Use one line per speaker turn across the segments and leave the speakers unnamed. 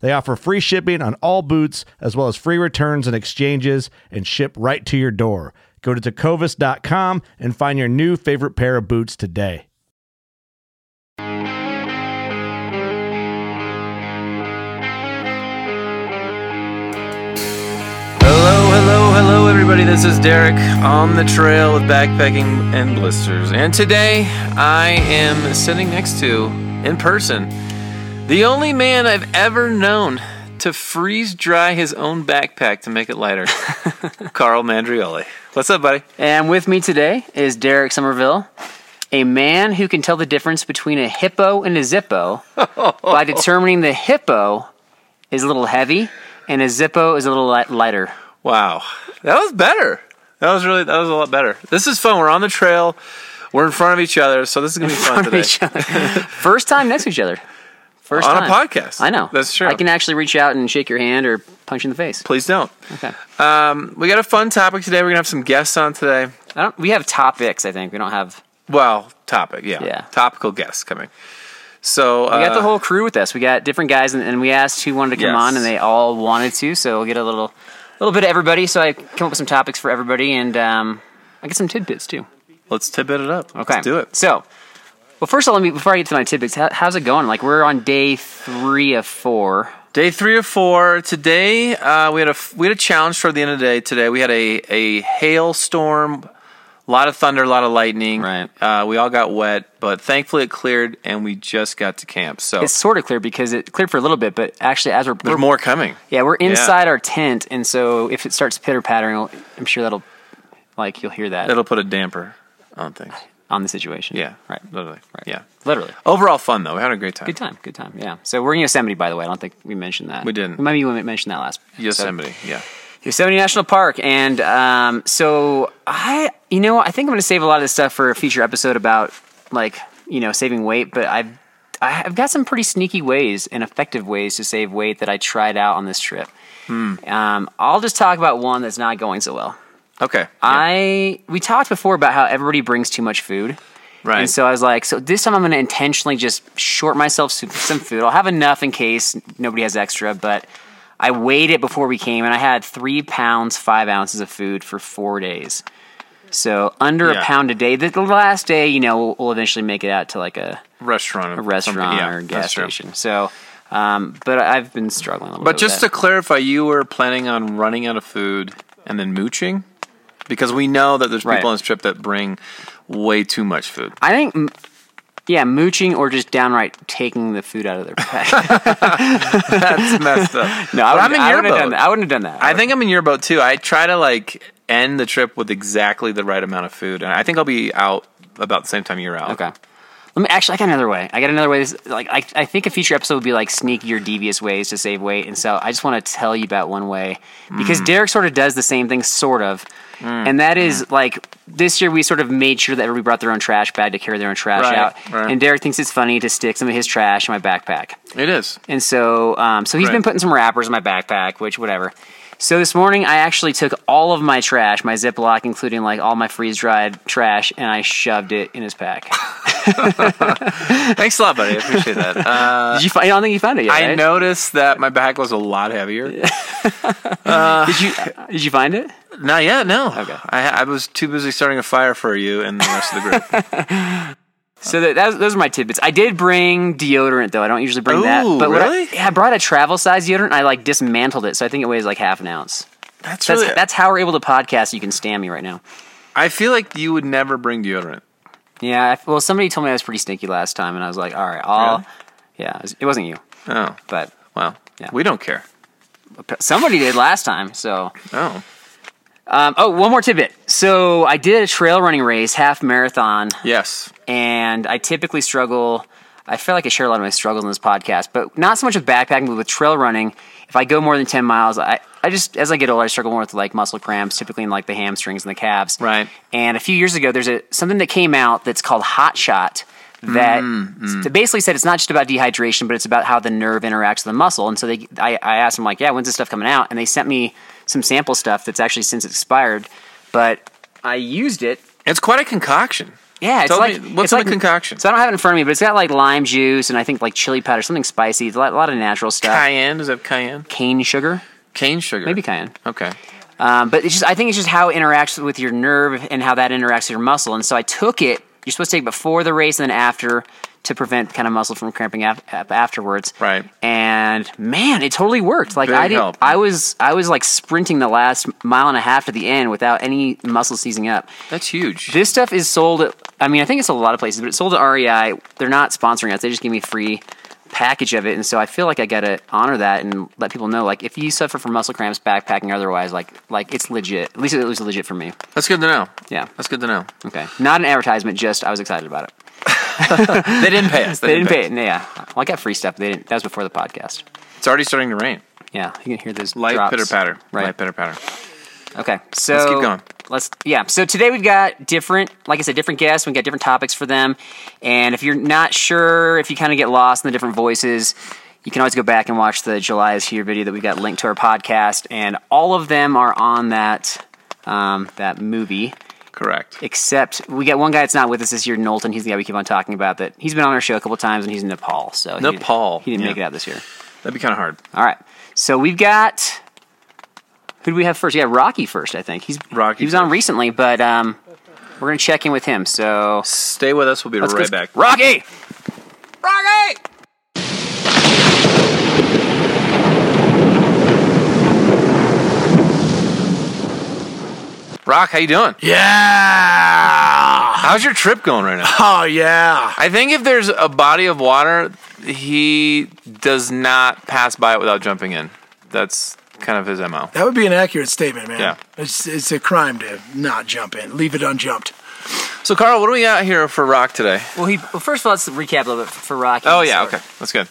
They offer free shipping on all boots, as well as free returns and exchanges, and ship right to your door. Go to tecovas.com and find your new favorite pair of boots today.
Hello, hello, hello, everybody. This is Derek on the trail with backpacking and blisters. And today I am sitting next to, in person, the only man I've ever known to freeze dry his own backpack to make it lighter, Carl Mandrioli. What's up, buddy?
And with me today is Derek Somerville, a man who can tell the difference between a hippo and a zippo by determining the hippo is a little heavy and a zippo is a little li- lighter.
Wow, that was better. That was really that was a lot better. This is fun. We're on the trail. We're in front of each other, so this is gonna be fun
Front of
today.
each other. First time next to each other. First
On a
time.
podcast.
I know.
That's true.
I can actually reach out and shake your hand or punch you in the face.
Please don't.
Okay.
Um, we got a fun topic today. We're gonna have some guests on today.
I don't, we have topics, I think. We don't have.
Well, topic, yeah.
Yeah.
Topical guests coming. So uh,
We got the whole crew with us. We got different guys, and, and we asked who wanted to come
Yes.
on, and they all wanted to. So we'll get a little, little bit of everybody. So I come up with some topics for everybody, and um, I get some tidbits too.
Let's tidbit it up.
Okay,
Let's do it.
So, well, first of all, let me before I get to my tidbits, how, how's it going? Like we're on day three of four.
Day three or four. Today uh, we had a we had a challenge toward the end of the day. Today we had a a hailstorm, a lot of thunder, a lot of lightning.
Right.
Uh, we all got wet, but thankfully it cleared, and we just got to camp. So
It's sort of clear because it cleared for a little bit, but actually, as we're,
there's
we're-
more coming.
yeah, we're inside our tent, and so if it starts pitter pattering, I'm sure that'll like you'll hear that
It'll put a damper on things.
on the situation.
Yeah.
right,
Literally. Right. Yeah.
literally.
Overall fun though. We had a great time.
Good time, good time. Yeah. So we're in Yosemite, by the way. I don't think we mentioned that.
We didn't.
Maybe we mentioned that last. episode.
Yosemite. Yeah.
Yosemite National Park, and um, so I, you know, I think I'm going to save a lot of this stuff for a future episode about like you know saving weight. But I've I've got some pretty sneaky ways and effective ways to save weight that I tried out on this trip.
Hmm.
Um, I'll just talk about one that's not going so well.
Okay.
I we talked before about how everybody brings too much food.
right.
And so I was like, so this time I'm going to intentionally just short myself some some food. I'll have enough in case nobody has extra, but I weighed it before we came and I had three pounds, five ounces of food for four days. So under
Yeah.
a pound a day. The, the last day, you know, we'll, we'll eventually make it out to like a
restaurant.
restaurant
something. Yeah,
or
that's
gas
true.
station. So, um, but I've been struggling a little
But
bit. with
just
that.
to clarify, you were planning on running out of food and then mooching? Because we know that there's people
Right.
on this trip that bring way too much food.
I think, m- yeah, mooching or just downright taking the food out of their pack.
That's messed up.
no, I,
But
would,
I'm in
I
your
wouldn't have done
boat.
that. I wouldn't have done that.
I think I'm in your boat too. I try to like end the trip with exactly the right amount of food, and I think I'll be out about the same time you're out.
Okay. Let me actually. I got another way. I got another way. This, like I, I think a future episode would be like sneaky or devious ways to save weight, and so I just want to tell you about one way because Derek sort of does the same thing, sort of,
Hmm.
and that is like this year we sort of made sure that everybody brought their own trash bag to carry their own trash
Right,
out,
right.
and Derek thinks it's funny to stick some of his trash in my backpack.
It is.
And so, um, so he's
Right.
been putting some wrappers in my backpack, which whatever. So this morning, I actually took all of my trash, my Ziploc, including like all my freeze dried trash, and I shoved it in his pack.
Thanks a lot, buddy. I appreciate that. Uh,
Did you find? I don't think you found it yet.
I
right?
noticed that my back was a lot heavier. Uh,
Did you? Did you find it?
Not yet, no. Okay. I, I was too busy starting a fire for you and the rest of the group.
So that, that was, those are my tidbits. I did bring deodorant though. I don't usually bring that.
Ooh,
But what I-
really?
yeah, I, brought a travel size deodorant. And I like dismantled it, so I think it weighs like half an ounce.
That's
That's
really.
that's how we're able to podcast. You can stand me right now.
I feel like you would never bring deodorant.
Yeah. I, well, somebody told me I was pretty stinky last time, and I was like, all right, I'll.
Really?
Yeah, it was- it wasn't you,
Oh,
but
well.
Yeah.
We don't care.
somebody did last time. So
Oh.
Um, oh, one more tidbit. So I did a trail running race, half marathon,
Yes.
and I typically struggle. I feel like I share a lot of my struggles in this podcast, but not so much with backpacking, but with trail running. If I go more than ten miles, I, I just as I get older, I struggle more with like muscle cramps, typically in like the hamstrings and the calves.
Right.
And a few years ago, there's a something that came out that's called Hot Shot that
Mm,
that basically said it's not just about dehydration, but it's about how the nerve interacts with the muscle. And so they, I, I asked them like, yeah, when's this stuff coming out? And they sent me some sample stuff that's actually since expired, but I used it.
It's quite a concoction.
Yeah, it's
Tell
like
me, what's
it's
in
like,
the concoction?
So I don't have it in front of me, but it's got like lime juice and I think like chili powder, something spicy, a lot, a lot of natural stuff,
Cayenne? Is that cayenne?
cane sugar,
Cane sugar.
maybe cayenne.
Okay.
Um, but it's just I think it's just how it interacts with your nerve and how that interacts with your muscle. And so I took it. You're supposed to take it before the race and then after to prevent kind of muscle from cramping af- af- afterwards.
Right.
And man, it totally worked. Like
Big
I did.
help.
I was I was like sprinting the last mile and a half to the end without any muscle seizing up.
That's huge.
This stuff is sold. At, I mean, I think it's sold a lot of places, but it's sold at REI. They're not sponsoring us. They just give me a free package of it, and so I feel like I gotta honor that and let people know. Like, if you suffer from muscle cramps, backpacking, or otherwise, like, like it's legit. At least it was legit for me.
That's good to know.
Yeah.
That's good to know.
Okay. Not an advertisement. Just I was excited about it.
They didn't pay us.
They didn't pay it. Yeah. Well, I got free stuff. They didn't. That was before the podcast.
It's already starting to rain.
Yeah, you can hear those
Light
drops.
pitter patter.
Right.
Light pitter patter.
Okay, so
keep going.
Let's yeah. So today we've got different, like I said, different guests. We've got different topics for them, and if you're not sure, if you kind of get lost in the different voices, you can always go back and watch the July is here video that we got linked to our podcast, and all of them are on that um, that movie.
Correct.
Except we got one guy that's not with us this year, Knowlton. He's the guy we keep on talking about. That he's been on our show a couple times, and he's in Nepal. So he-
Nepal,
he, didn't make
yeah.
it out this year.
That'd be kind of hard.
All right. So we've got who do we have first? Yeah, Rocky first, I think. He's
Rocky
He was on
first.
recently, but um, we're gonna check in with him. So
Stay with us. We'll be
let's
right
go-
back.
Rocky. Rocky.
Rock, how you doing?
Yeah.
How's your trip going right now?
Oh yeah.
I think if there's a body of water, he does not pass by it without jumping in. That's kind of his mo.
That would be an accurate statement, man.
Yeah.
It's it's a crime to not jump in. Leave it unjumped.
So, Carl, what do we got here for Rock today?
Well, he well, first of all, let's recap a little bit for Rocky.
Oh
and the
yeah,
sword.
okay, that's good.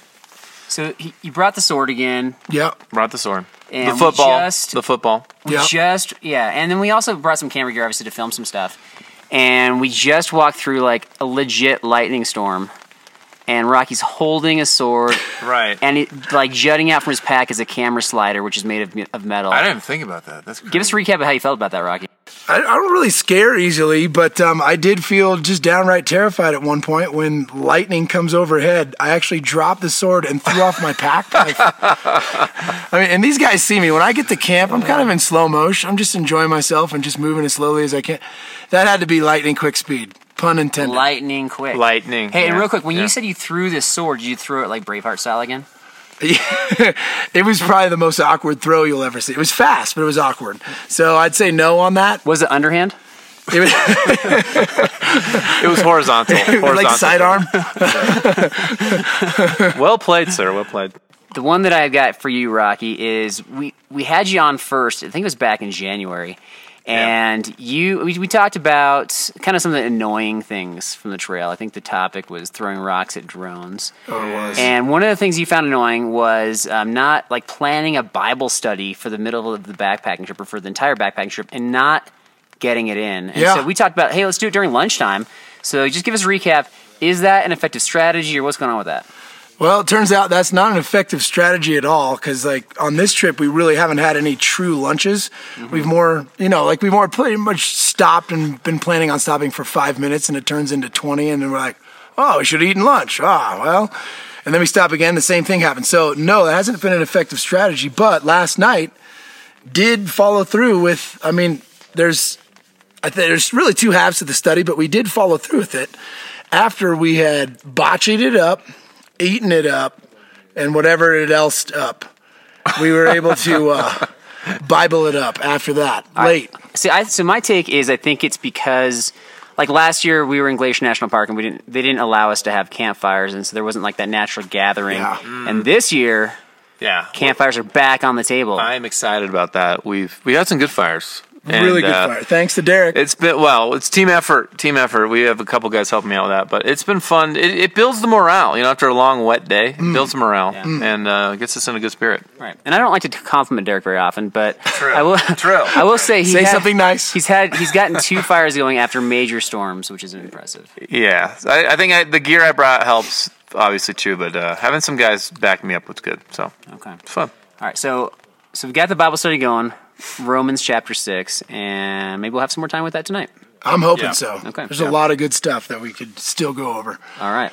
So he, he brought the sword again.
Yep.
Brought the sword,
And
the
we
football,
just-
the football.
We
Yep.
just yeah, and then we also brought some camera gear obviously to film some stuff. And we just walked through like a legit lightning storm. And Rocky's holding a sword
Right.
and it like jutting out from his pack is a camera slider, which is made of, of metal.
I didn't think about that. That's
Give us a recap of how you felt about that, Rocky.
I, I don't really scare easily, but um, I did feel just downright terrified at one point when lightning comes overhead. I actually dropped the sword and threw off my pack knife. I mean, and these guys see me when I get to camp. I'm kind of in slow motion. I'm just enjoying myself and just moving as slowly as I can. That had to be lightning quick speed, pun intended.
Lightning quick.
lightning.
Hey, and
Yeah,
real quick, when
yeah.
you said you threw this sword, did you throw it like Braveheart style again?
it was probably the most awkward throw you'll ever see. It was fast, but it was awkward. So I'd say no on that.
Was it underhand?
It was,
it was horizontal,
it was
horizontal.
like sidearm.
Well played, sir. Well played.
The one that I've got for you, Rocky, is we we had you on first. I think it was back in January, and you we, we talked about kind of some of the annoying things from the trail. I think the topic was throwing rocks at drones.
Oh, it was.
And one of the things you found annoying was um, not like planning a Bible study for the middle of the backpacking trip or for the entire backpacking trip and not getting it in. And
Yeah.
so we talked about, hey, let's do it during lunchtime. So just give us a recap. Is that an effective strategy or what's going on with that?
Well, it turns out that's not an effective strategy at all because, like, on this trip, we really haven't had any true lunches. We've more, you know, like, we've more pretty much stopped and been planning on stopping for five minutes and it turns into 20. And then we're like, oh, we should have eaten lunch. Ah, well. And then we stop again, the same thing happens. So, no, it hasn't been an effective strategy. But last night did follow through with, I mean, there's, I think there's really two halves to the study, but we did follow through with it after we had botchied it up eaten it up and whatever it else up. We were able to uh, Bible it up after that. Late.
See, I, so my take is I think it's because like last year we were in Glacier National Park and we didn't they didn't allow us to have campfires and so there wasn't like that natural gathering.
Yeah.
And this year
Yeah.
campfires are back on the table.
I'm excited about that. We've we had some good fires. And,
really good
uh,
fire. Thanks to Derek.
It's been well. It's team effort. Team effort. We have a couple guys helping me out with that, but it's been fun. It, it builds the morale. You know, after a long wet day,
Mm.
it builds the morale and uh, gets us in a good spirit.
Right. And I don't like to compliment Derek very often, but
True.
I will
True.
I will say he
Say
had-
something nice.
He's had he's gotten two fires going after major storms, which is impressive.
Yeah, I, I think I, the gear I brought helps obviously too, but uh, having some guys back me up was good. So
Okay.
it's fun.
All right, so so we've got the Bible study going, Romans chapter six, and maybe we'll have some more time with that tonight.
I'm hoping
yeah.
so.
Okay.
There's
Yeah.
a lot of good stuff that we could still go over.
All right.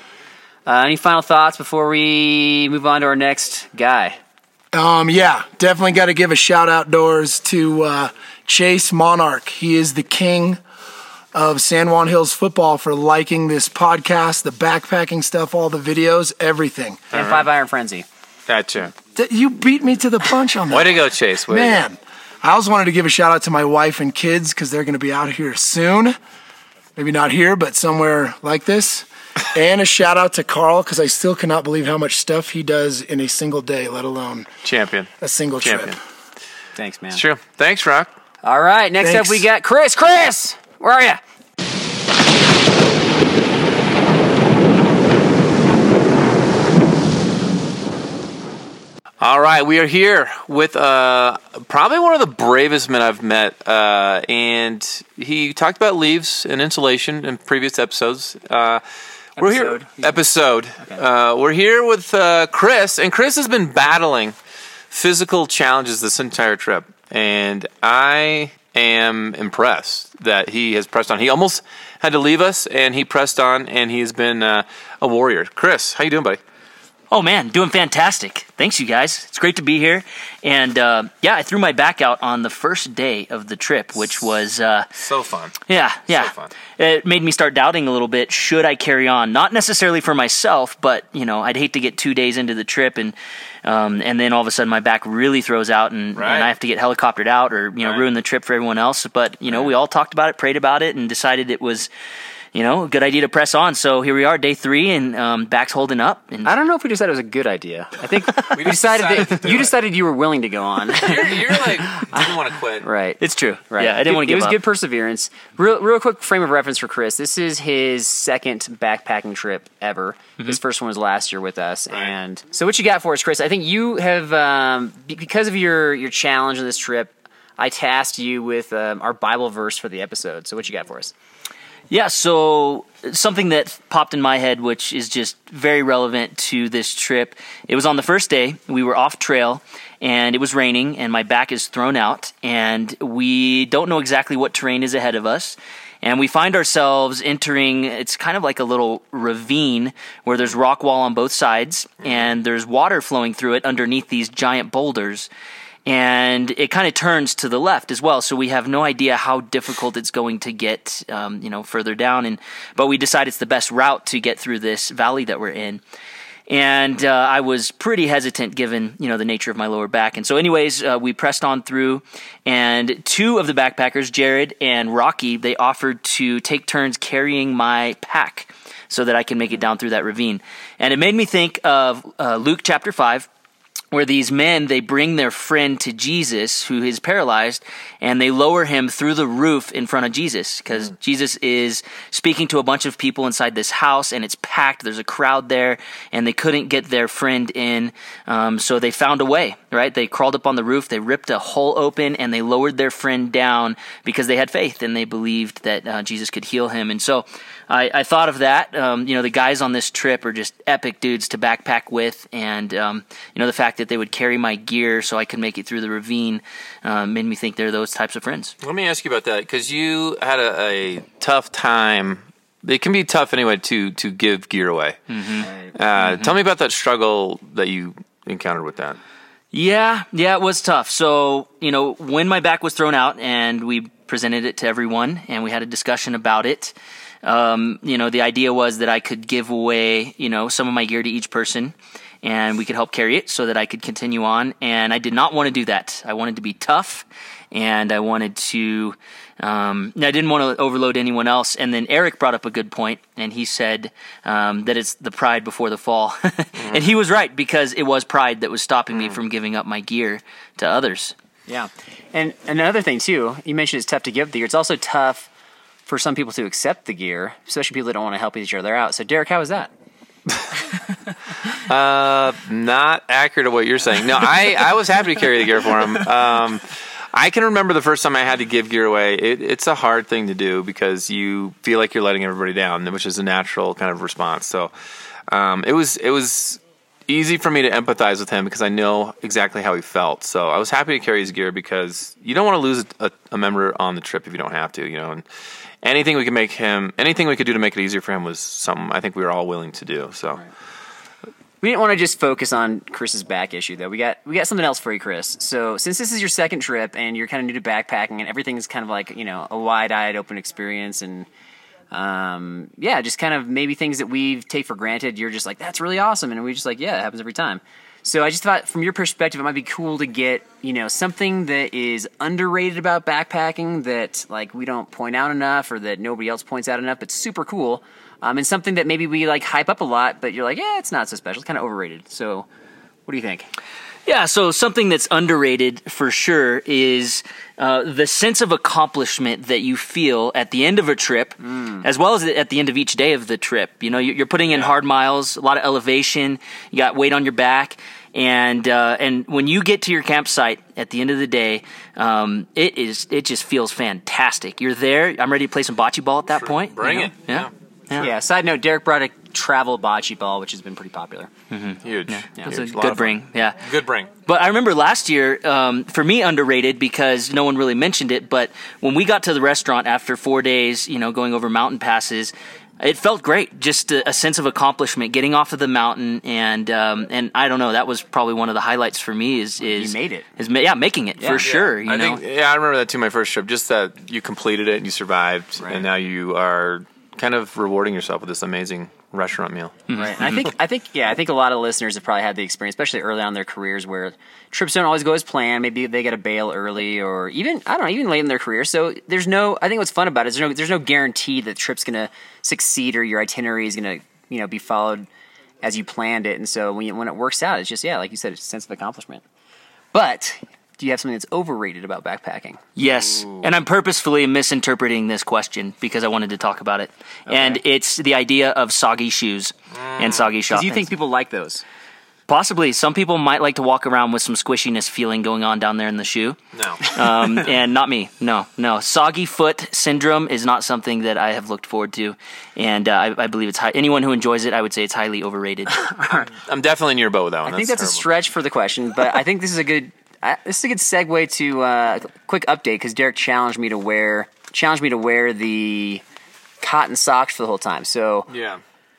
Uh, any final thoughts before we move on to our next guy?
Um, yeah, definitely got to give a shout out doors to uh, Chase Monarch. He is the king of San Juan Hills football for liking this podcast, the backpacking stuff, all the videos, everything.
And Five Iron Frenzy.
Gotcha.
Th- You beat me to the punch on that.
Way to go, Chase. Way to go.
Man, I also wanted to give a shout out to my wife and kids because they're going to be out here soon. Maybe not here, but somewhere like this. And a shout out to Carl because I still cannot believe how much stuff he does in a single day, let alone
champion.
a single
Champion.
trip.
Thanks, man.
It's true. Thanks, Rock.
All right, next
Thanks.
up we got Chris. Chris, where are you?
All right, we are here with uh, probably one of the bravest men I've met, uh, and he talked about leaves and insulation in previous episodes. Uh, we're
Episode.
here episode. Uh, we're here with uh, Chris, and Chris has been battling physical challenges this entire trip, and I am impressed that he has pressed on. He almost had to leave us, and he pressed on, and he has been uh, a warrior. Chris, how you doing, buddy?
Oh man, doing fantastic. Thanks, you guys. It's great to be here. And uh, yeah, I threw my back out on the first day of the trip, which was uh,
So fun.
yeah, yeah.
fun.
It made me start doubting a little bit. Should I carry on? Not necessarily for myself, but you know, I'd hate to get two days into the trip and um, and then all of a sudden my back really throws out and,
Right.
and I have to get helicoptered out or you know ruin the trip for everyone else. But you know, we all talked about it, prayed about it, and decided it was. You know, a good idea to press on. So here we are, day three, and um, back's holding up. And
I don't know if we decided it was a good idea. I think we decided,
decided to
that
do
you
it.
decided you were willing to go on.
You're, you're like didn't want to quit.
right.
It's true.
Right.
Yeah, I didn't
Good-
want to
It
give
was
up.
good perseverance. Real, real quick frame of reference for Chris. This is his second backpacking trip ever.
Mm-hmm.
His first one was last year with us. And so, what you got for us, Chris? I think you have um, be- because of your your challenge on this trip. I tasked you with um, our Bible verse for the episode. So, what you got for us?
Yeah, so something that popped in my head, which is just very relevant to this trip. It was on the first day, we were off trail, and it was raining, and my back is thrown out, and we don't know exactly what terrain is ahead of us. And we find ourselves entering, it's kind of like a little ravine where there's rock wall on both sides, and there's water flowing through it underneath these giant boulders and it kind of turns to the left as well. So we have no idea how difficult it's going to get, um, you know, further down. And but we decide it's the best route to get through this valley that we're in. And uh, I was pretty hesitant, given you know the nature of my lower back. And so, anyways, uh, we pressed on through, and two of the backpackers, Jared and Rocky, they offered to take turns carrying my pack so that I can make it down through that ravine. And it made me think of uh, Luke chapter five where these men they bring their friend to Jesus who is paralyzed and they lower him through the roof in front of Jesus cuz Jesus is speaking to a bunch of people inside this house and it's packed there's a crowd there and they couldn't get their friend in um, so they found a way right they crawled up on the roof they ripped a hole open and they lowered their friend down because they had faith and they believed that uh, Jesus could heal him and so I, I thought of that. Um, you know, the guys on this trip are just epic dudes to backpack with, and um, you know the fact that they would carry my gear so I could make it through the ravine uh, made me think they're those types of friends.
Let me ask you about that because you had a, a tough time. It can be tough anyway to to give gear away. Uh, Tell me about that struggle that you encountered with that.
Yeah, yeah, it was tough. So, you know, when my back was thrown out and we presented it to everyone and we had a discussion about it, um, you know, the idea was that I could give away, you know, some of my gear to each person and we could help carry it so that I could continue on. And I did not want to do that. I wanted to be tough and I wanted to, um, I didn't want to overload anyone else. And then Eric brought up a good point, and he said um, that it's the pride before the fall, and he was right because it was pride that was stopping me from giving up my gear to others.
Yeah. And another thing too, you mentioned it's tough to give the gear. It's also tough for some people to accept the gear, especially people that don't want to help each other out. So Derek, how was that?
Uh, not accurate of what you're saying. No, I, I was happy to carry the gear for him. Um, I can remember the first time I had to give gear away. It, it's a hard thing to do because you feel like you're letting everybody down, which is a natural kind of response. So um, it was it was easy for me to empathize with him because I know exactly how he felt. So I was happy to carry his gear because you don't want to lose a, a member on the trip if you don't have to, you know. And anything we could make him, anything we could do to make it easier for him was something I think we were all willing to do. So.
We didn't want to just focus on Chris's back issue though. We got we got something else for you, Chris. So since this is your second trip and you're kind of new to backpacking and everything's kind of like you know a wide-eyed, open experience and um, yeah, just kind of maybe things that we take for granted. You're just like that's really awesome, and we just like yeah, it happens every time. So I just thought from your perspective, it might be cool to get you know something that is underrated about backpacking that like we don't point out enough or that nobody else points out enough, but super cool. Um, and something that maybe we like hype up a lot, but you're like, yeah, it's not so special. It's kind of overrated. So, what do you think?
Yeah, so something that's underrated for sure is uh, the sense of accomplishment that you feel at the end of a trip,
Mm.
as well as at the end of each day of the trip. You know, you- you're putting in hard miles, a lot of elevation, you got weight on your back, and uh, and when you get to your campsite at the end of the day, um, it is it just feels fantastic. You're there. I'm ready to play some bocce ball at that point.
bring
you
it.
Yeah.
Yeah. Side note: Derek brought a travel bocce ball, which has been pretty popular.
Mm-hmm. Huge.
yeah.
It's
Huge.
a
lot of fun.
good bring. Yeah.
Good bring.
But I remember last year, um, for me, underrated because no one really mentioned it. But when we got to the restaurant after four days, you know, going over mountain passes, it felt great. Just a, a sense of accomplishment, getting off of the mountain, and um, and I don't know, that was probably one of the highlights for me. Is is
You made it.
Is ma- yeah, making it for sure. You
I
know,
Think, yeah, I remember that too. My first trip, just that you completed it and you survived, and now you are kind of rewarding yourself with this amazing restaurant meal.
Right. And I think I think yeah, I think a lot of listeners have probably had the experience, especially early on in their careers, where trips don't always go as planned. Maybe they get a bail early, or even I don't know, even late in their career. So there's no. I think what's fun about it is there's no there's no guarantee that the trip's gonna succeed or your itinerary is gonna you know be followed as you planned it. And so when you, when it works out, it's just yeah, like you said, it's a sense of accomplishment. But do you have something that's overrated about backpacking?
Yes, and I'm purposefully misinterpreting this question because I wanted to talk about it, and it's the idea of soggy shoes
Mm.
and soggy shoes.
Do you think people like those?
Possibly. Some people might like to walk around with some squishiness feeling going on down there in the shoe.
No,
Um, and not me. No, no. Soggy foot syndrome is not something that I have looked forward to. And uh, I, I believe it's high. Anyone who enjoys it, I would say it's highly overrated.
I'm definitely in your boat with that one.
I think that's a stretch for the question, but I think this is a good I this is a good segue to uh, a quick update because Derek challenged me to wear challenged me to wear the cotton socks for the whole time. So
Yeah,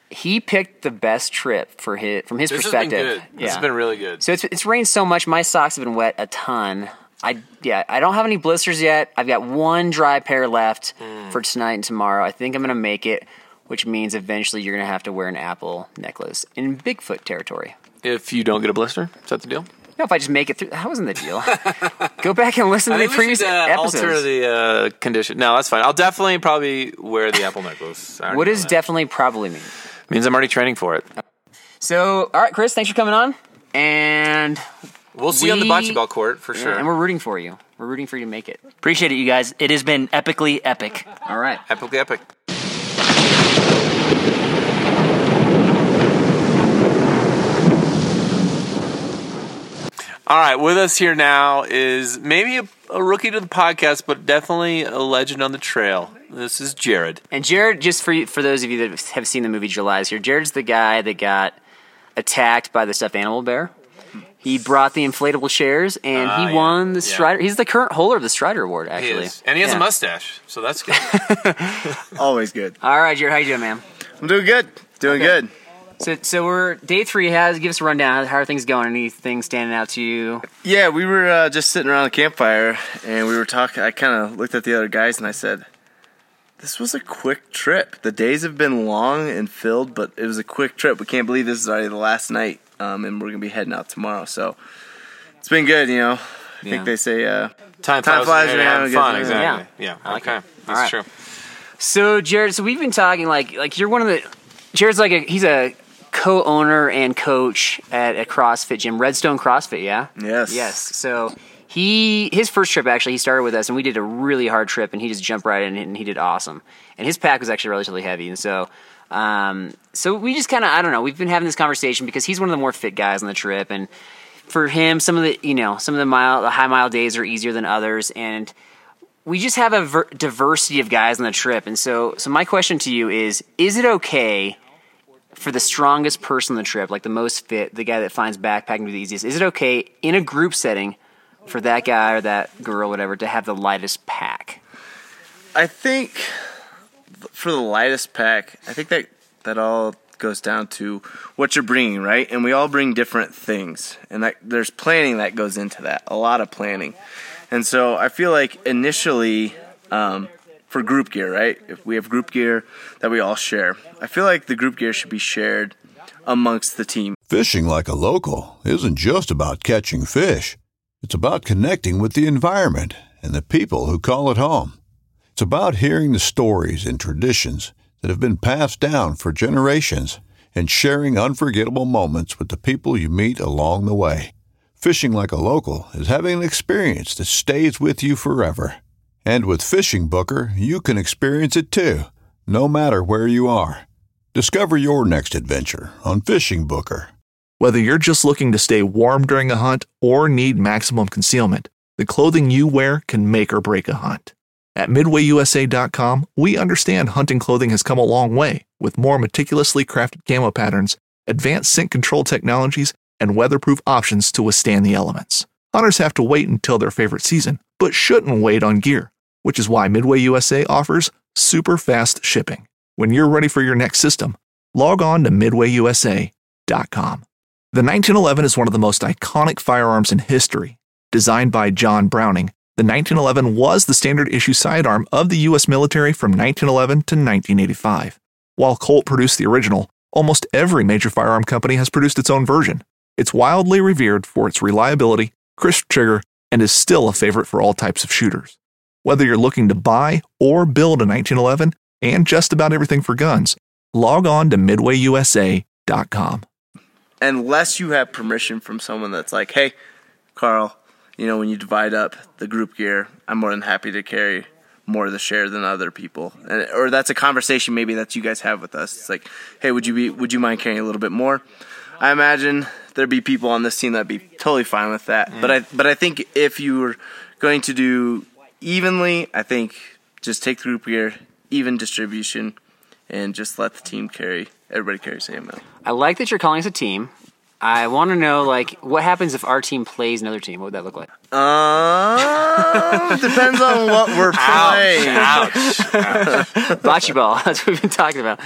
he picked the best trip for his from his
this has been
perspective.
good. This has been really good.
So it's it's rained so much, my socks have been wet a ton. I yeah, I don't have any blisters yet. I've got one dry pair left
Hmm.
for tonight and tomorrow. I think I'm gonna make it, which means eventually you're gonna have to wear an apple necklace in Bigfoot territory.
if you don't get a blister, is that the deal?
No, if I just make it through, that wasn't the deal. Go back and listen to the previous episodes.
uh, alter the uh, condition. No, that's fine. I'll definitely probably wear the apple necklace. I already
what
know
does
that.
definitely probably mean?
means I'm already training for it.
So, all right, Chris, thanks for coming on. and
We'll see you on the
We-
bocce ball court for sure.
and we're rooting for you. We're rooting for you to make it.
Appreciate it, you guys. It has been epically epic.
All right.
epic, epic. All right, with us here now is maybe a, a rookie to the podcast, but definitely a legend on the trail. This is Jared.
And Jared, just for you, for those of you that have seen the movie July's here, Jared's the guy that got attacked by the stuffed animal bear. He brought the inflatable chairs and
Ah,
he
yeah,
won the
yeah.
Strider. He's the current holder of the Strider Award,
He
actually.
is. And he has
Yeah.
a mustache, so that's good.
Always good.
All right, Jared, how you doing, man?
I'm doing good. Doing good.
So, so we're day three. Has give us a rundown. How are things going? Anything standing out to you?
Yeah, we were uh, just sitting around the campfire and we were talking. I kind of looked at the other guys and I said, This was a quick trip. The days have been long and filled, but it was a quick trip. We can't believe this is already the last night um, and we're going to be heading out tomorrow. So it's been good, you know. I
Yeah.
think they say, uh,
Time,
flies
when
when you're having a good
fun.
time.
Exactly. Yeah.
Yeah. I like
okay.
it.
That's
All right.
true.
So Jared, so we've been talking like like you're one of the Jared's like a he's a co-owner and coach at a CrossFit gym, Redstone CrossFit, yeah?
Yes.
Yes. So he his first trip actually he started with us and we did a really hard trip and he just jumped right in and he did awesome. And his pack was actually relatively heavy and so um so we just kind of I don't know, we've been having this conversation because he's one of the more fit guys on the trip and for him some of the you know, some of the mile the high mile days are easier than others and we just have a ver- diversity of guys on the trip and so so my question to you is is it okay for the strongest person on the trip like the most fit the guy that finds backpacking to be the easiest is it okay in a group setting for that guy or that girl whatever to have the lightest pack
I think for the lightest pack, I think that that all goes down to what you're bringing, right? And we all bring different things, and that there's planning that goes into that, a lot of planning. And so I feel like initially, um, for group gear, right? If we have group gear that we all share, I feel like the group gear should be shared amongst the team.
Fishing like a local isn't just about catching fish. It's about connecting with the environment and the people who call it home. It's about hearing the stories and traditions that have been passed down for generations and sharing unforgettable moments with the people you meet along the way. Fishing like a local is having an experience that stays with you forever. And with Fishing Booker, you can experience it too, no matter where you are. Discover your next adventure on Fishing Booker.
Whether you're just looking to stay warm during a hunt or need maximum concealment, the clothing you wear can make or break a hunt. At MidwayUSA.com, we understand hunting clothing has come a long way with more meticulously crafted camo patterns, advanced scent control technologies, and weatherproof options to withstand the elements. Hunters have to wait until their favorite season, but shouldn't wait on gear, which is why Midway USA offers super fast shipping. When you're ready for your next system, log on to MidwayUSA.com. The 1911 is one of the most iconic firearms in history. Designed by John Browning, the 1911 was the standard issue sidearm of the U.S. military from 1911 to 1985. While Colt produced the original, almost every major firearm company has produced its own version. It's wildly revered for its reliability, crisp trigger, and is still a favorite for all types of shooters. Whether you're looking to buy or build a 1911 and just about everything for guns, log on to midwayusa.com.
unless you have permission from someone that's like, hey, Carl, you know, when you divide up the group gear, I'm more than happy to carry more of the share than other people. And, or that's a conversation maybe that you guys have with us. It's like, hey, would you be would you mind carrying a little bit more? I imagine there'd be people on this team that'd be totally fine with that. But I but I think if you were going to do evenly, I think just take the group gear, even distribution, and just let the team carry everybody carry the same amount.
i like that you're calling us a team i want to know like what happens if our team plays another team what would that look like
Um, depends on what we're playing. Uh,
bocce ball that's what we've been talking about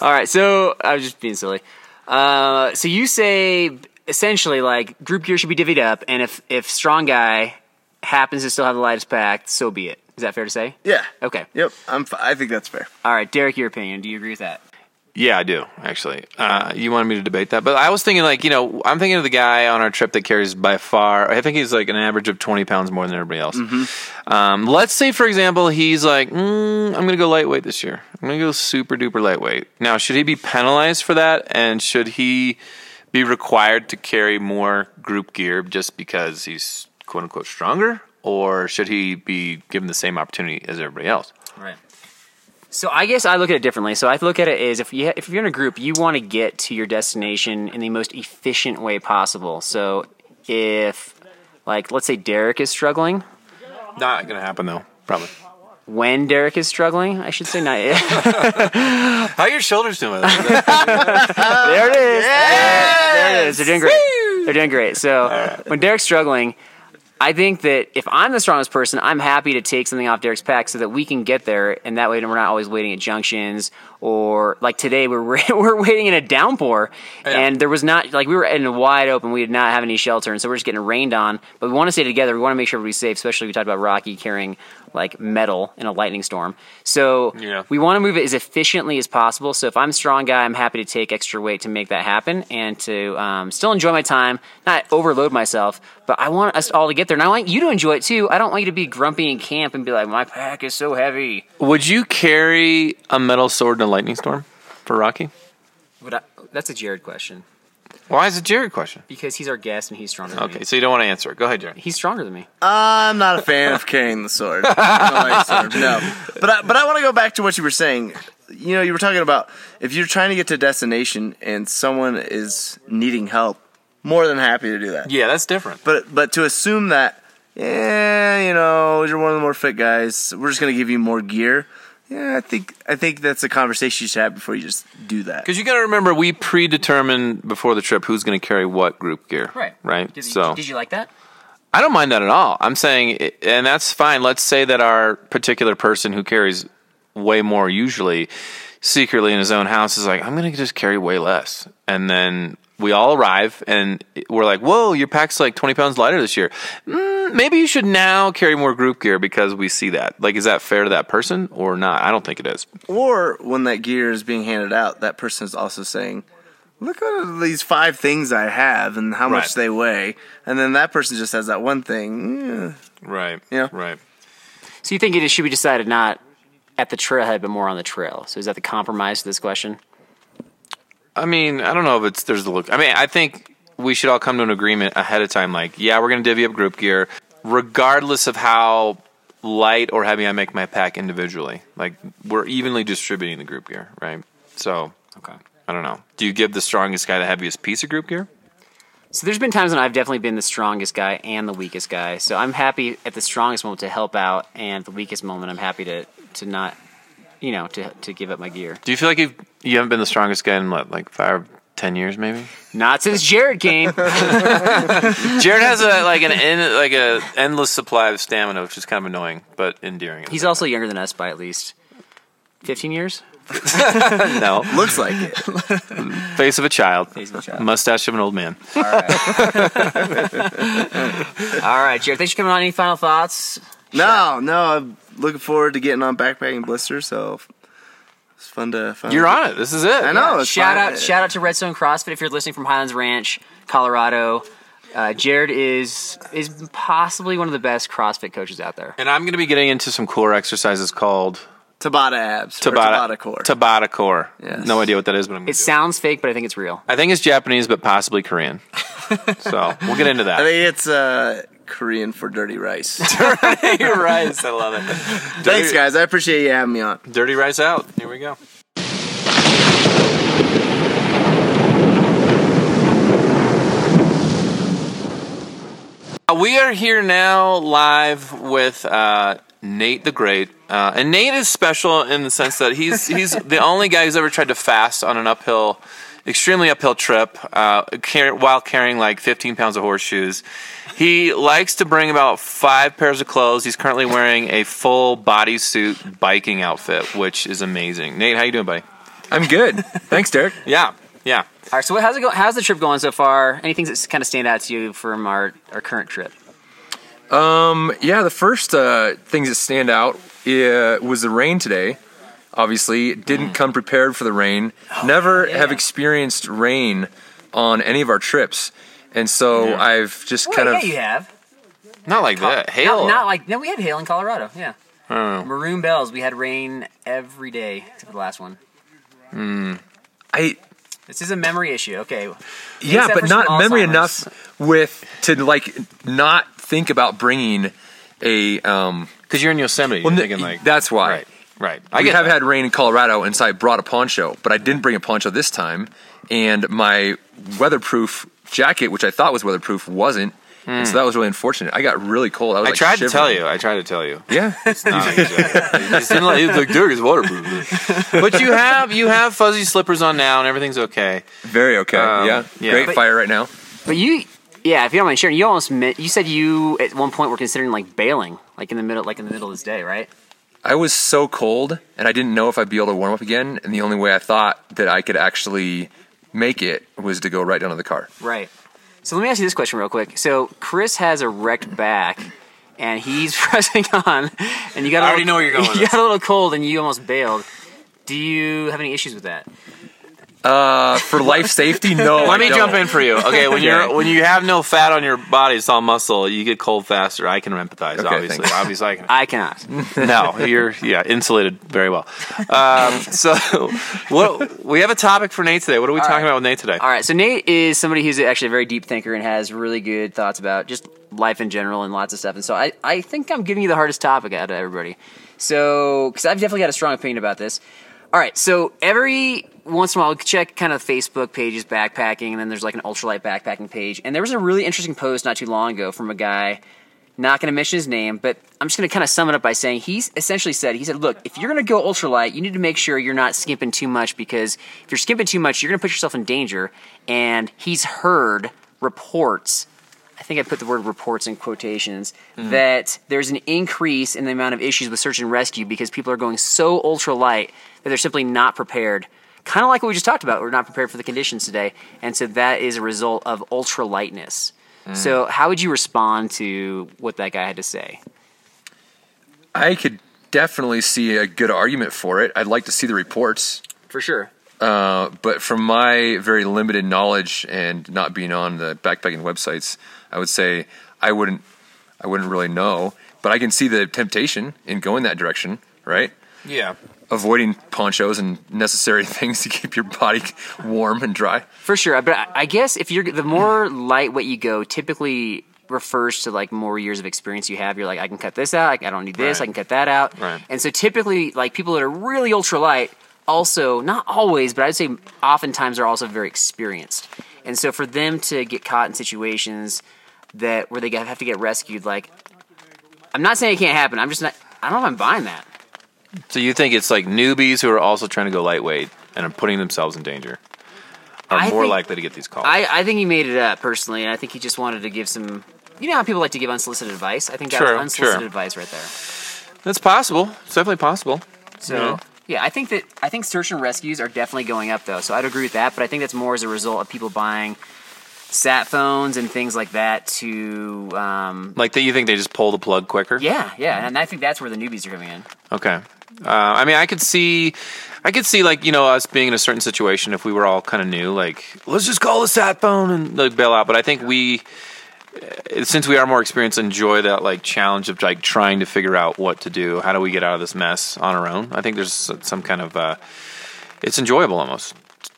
all right so i was just being silly uh, so you say essentially like group gear should be divvied up and if if strong guy happens to still have the lightest pack so be it is that fair to say
Yeah.
okay
Yep. I'm. F- I think that's fair.
all right derek your opinion do you agree with that
Yeah, I do actually. Uh, you wanted me to debate that, but I was thinking like you know I'm thinking of the guy on our trip that carries by far. I think he's like an average of 20 pounds more than everybody else. Um, let's say for example he's like mm, I'm gonna go lightweight this year. I'm gonna go super duper lightweight. Now should he be penalized for that, and should he be required to carry more group gear just because he's quote unquote stronger, or should he be given the same opportunity as everybody else?
Right.
So I guess I look at it differently. So I look at it as if you if you're in a group, you want to get to your destination in the most efficient way possible. So if like let's say Derek is struggling,
Not gonna happen though, probably.
when Derek is struggling, I should say not. there
How are your shoulders doing? That's
it is. There it is. They're doing great. They're doing great. So when Derek's struggling, I think that if I'm the strongest person, I'm happy to take something off Derek's pack so that we can get there, and that way we're not always waiting at junctions or like today we're we're waiting in a downpour, and there was not like we were in a wide open, we did not have any shelter, and so we're just getting rained on. But we want to stay together. We want to make sure everybody's safe, especially we talked about Rocky carrying like metal in a lightning storm. So
Yeah.
we want to move it as efficiently as possible. So if I'm a strong guy, I'm happy to take extra weight to make that happen and to um, still enjoy my time, not overload myself. But I want us all to get there, and I want you to enjoy it too. I don't want you to be grumpy in camp and be like, "My pack is so heavy."
Would you carry a metal sword in a lightning storm for Rocky?
But I, that's a Jared question
Why is it Jared question?
because he's our guest and he's stronger. Than
Okay,
me.
so you don't want to answer it. Go ahead, Jared.
he's stronger than me.
I'm not a fan of carrying the sword. I don't like sword, No, but I, but I want to go back to what you were saying. You know, you were talking about if you're trying to get to a destination and someone is needing help, more than happy to do that.
Yeah, that's different.
But but to assume that, yeah, you know, you're one of the more fit guys. We're just gonna give you more gear. Yeah, I think I think that's a conversation you should have before you just do that.
Because you got to remember, we predetermined before the trip who's going to carry what group gear. Right.
Did,
so
did you like that?
I don't mind that at all. I'm saying, and that's fine. Let's say that our particular person who carries way more usually secretly in his own house is like, I'm going to just carry way less. And then we all arrive and we're like, whoa, your pack's like 20 pounds lighter this year. Mm, maybe you should now carry more group gear because we see that. Like, is that fair to that person or not? I don't think it is.
Or when that gear is being handed out, that person is also saying, "Look at these five things I have and how
Right.
much they weigh." And then that person just has that one thing. Yeah.
Right.
Yeah.
Right.
So you think it should be decided not at the trailhead, but more on the trail? So is that the compromise to this question?
I mean, I don't know if it's there's the look. I mean, I think we should all come to an agreement ahead of time. Like, yeah, we're gonna divvy up group gear, regardless of how light or heavy I make my pack individually. Like, we're evenly distributing the group gear, right? So, okay, I don't know. Do you give the strongest guy the heaviest piece of group gear?
So there's been times when I've definitely been the strongest guy and the weakest guy. So I'm happy at the strongest moment to help out, and at the weakest moment I'm happy to to not, you know, to to give up my gear.
Do you feel like you've, you haven't been the strongest guy in what, like five, ten years, maybe?
Not since Jared came.
Jared has a like an en- like a endless supply of stamina, which is kind of annoying but endearing.
He's also younger than us by at least fifteen years.
no
Looks like it.
face of a child,
of a child.
mustache of an old man.
All right, Jared. Thanks for coming on. Any final thoughts?
No, no, I'm looking forward to getting on backpacking blister. So it's fun to. Fun
You're on it. This is it.
I know. it's
shout
fun.
out, shout out to Redstone CrossFit if you're listening from Highlands Ranch, Colorado. Uh, Jared is is possibly one of the best CrossFit coaches out there.
And I'm going to be getting into some core exercises called
Tabata abs. or
Tabata,
Tabata core.
Tabata core.
Yes.
No idea what that is, but I'm going
It
to. Sound-
sounds fake, but I think it's real.
I think it's Japanese, but possibly Korean. so we'll get into
I
that.
think it's uh, Korean for dirty rice.
You're right. I love it.
Thanks, guys. I appreciate you having me on.
Dirty rice out. Here we go. Uh, We are here now live with uh, Nate the Great, uh, and Nate is special in the sense that he's he's the only guy who's ever tried to fast on an uphill, extremely uphill trip, uh, car- while carrying like 15 pounds of horseshoes. He likes to bring about five pairs of clothes. He's currently wearing a full bodysuit biking outfit, which is amazing. Nate, how you doing, buddy?
I'm good. Thanks, Derek.
Yeah, yeah.
All right, so what- how's it go? How's the trip going so far? Anything that's kind of stand out to you from our, our current trip?
Um, Yeah, the first uh, things that stand out uh, was the rain today. Obviously, didn't
Mm.
come prepared for the rain.
Oh,
Never have experienced rain on any of our trips, and so Oh, I've just kind of
have.
Not like that. Hail. Oh,
Not, like no, we had hail in Colorado. Yeah.
Oh.
Maroon
hmm.
bells. We had rain every day except for the last one.
I
This is a memory issue. Okay.
yeah,
Except
but
for some
not memory
Alzheimer's.
enough with to like not think about bringing a um.
Because you're in Yosemite.
well,
you're
n-
thinking like
that's why.
Right. Right.
I
I get
have
that.
had rain in Colorado, and so I brought a poncho, but I didn't bring a poncho this time. And my weatherproof jacket, which I thought was weatherproof, wasn't. And so that was really unfortunate. I got really cold. I, was,
Hmm. I
like,
tried to tell
shivering.
you. I tried to tell you.
Yeah.
Nah, he's joking. He just didn't let- he was like, "Dude, it's waterproof." but you have you have fuzzy slippers on now, and everything's okay.
Very okay.
Um,
yeah.
yeah.
Great
But-
fire right now.
But you, yeah, if you don't mind sharing, you almost mi- you said you at one point were considering like bailing, like in the middle, like in the middle of this day, right?
I was so cold and I didn't know if I'd be able to warm up again. And the only way I thought that I could actually make it was to go right down to the car.
Right. So let me ask you this question real quick. So Chris has a wrecked back, and he's pressing on, and you got. a
I already
little-
know where you're going with
You got a little cold, and you almost bailed. Do you have any issues with that?
Uh, for life safety, no. I
Let me
don't.
jump in for you. Okay, when you're when you have no fat on your body, it's all muscle. You get cold faster. I can empathize.
Okay,
obviously,
thanks.
obviously, I can.
I cannot.
no, you're yeah insulated very well. Um, so, what we have a topic for Nate today. What are we talking about with Nate today?
All right, so Nate is somebody who's actually a very deep thinker and has really good thoughts about just life in general and lots of stuff. And so I, I think I'm giving you the hardest topic out of everybody. So, because I've definitely got a strong opinion about this. All right, so every once in a while, I'll check kind of Facebook pages, backpacking, and then there's like an ultralight backpacking page. And there was a really interesting post not too long ago from a guy not going to mention his name, but I'm just going to kind of sum it up by saying he's essentially said, he said, look, if you're going to go ultralight, you need to make sure you're not skimping too much because if you're skimping too much, you're going to put yourself in danger. And he's heard reports, I think I put the word reports in quotations, that there's an increase in the amount of issues with search and rescue because people are going so ultralight that they're simply not prepared. Kind of like what we just talked about, we're not prepared for the conditions today. And so that is a result of ultralightness. So, how would you respond to what that guy had to say?
I could definitely see a good argument for it. I'd like to see the reports.
For sure.
Uh, but from my very limited knowledge and not being on the backpacking websites, I would say I wouldn't I wouldn't really know. But I can see the temptation in going that direction, right?
Yeah,
Avoiding ponchos and necessary things to keep your body warm and dry.
For sure. But I- I guess if you're the more lightweight you go, typically refers to like more years of experience you have. You're like, I can cut this out. Like, I don't need this.
Right.
I can cut that out.
Right.
And so typically, like people that are really ultra light, also not always, but I'd say oftentimes are also very experienced. And so for them to get caught in situations that where they have to get rescued, like I'm not saying it can't happen. I'm just not. I don't know if I'm buying that.
So you think it's like newbies who are also trying to go lightweight and are putting themselves in danger are
I
more
think-
likely to get these calls.
I, I think he made it up personally, and I think he just wanted to give some. You know how people like to give unsolicited advice. I think that's
Sure,
unsolicited
sure.
advice right there.
That's possible. It's definitely possible.
So yeah, I think that I think search and rescues are definitely going up though. So I'd agree with that, but I think that's more as a result of people buying sat phones and things like that to. Um,
Like that, you think they just pull the plug quicker?
yeah, yeah, and I think that's where the newbies are coming in.
Okay. Uh, I mean, I could see, I could see like you know us being in a certain situation if we were all kind of new, like let's just call the sat phone and like, bail out. But I think we, uh, since we are more experienced, enjoy that like challenge of like trying to figure out what to do. How do we get out of this mess on our own? I think there's some kind of, uh, it's enjoyable almost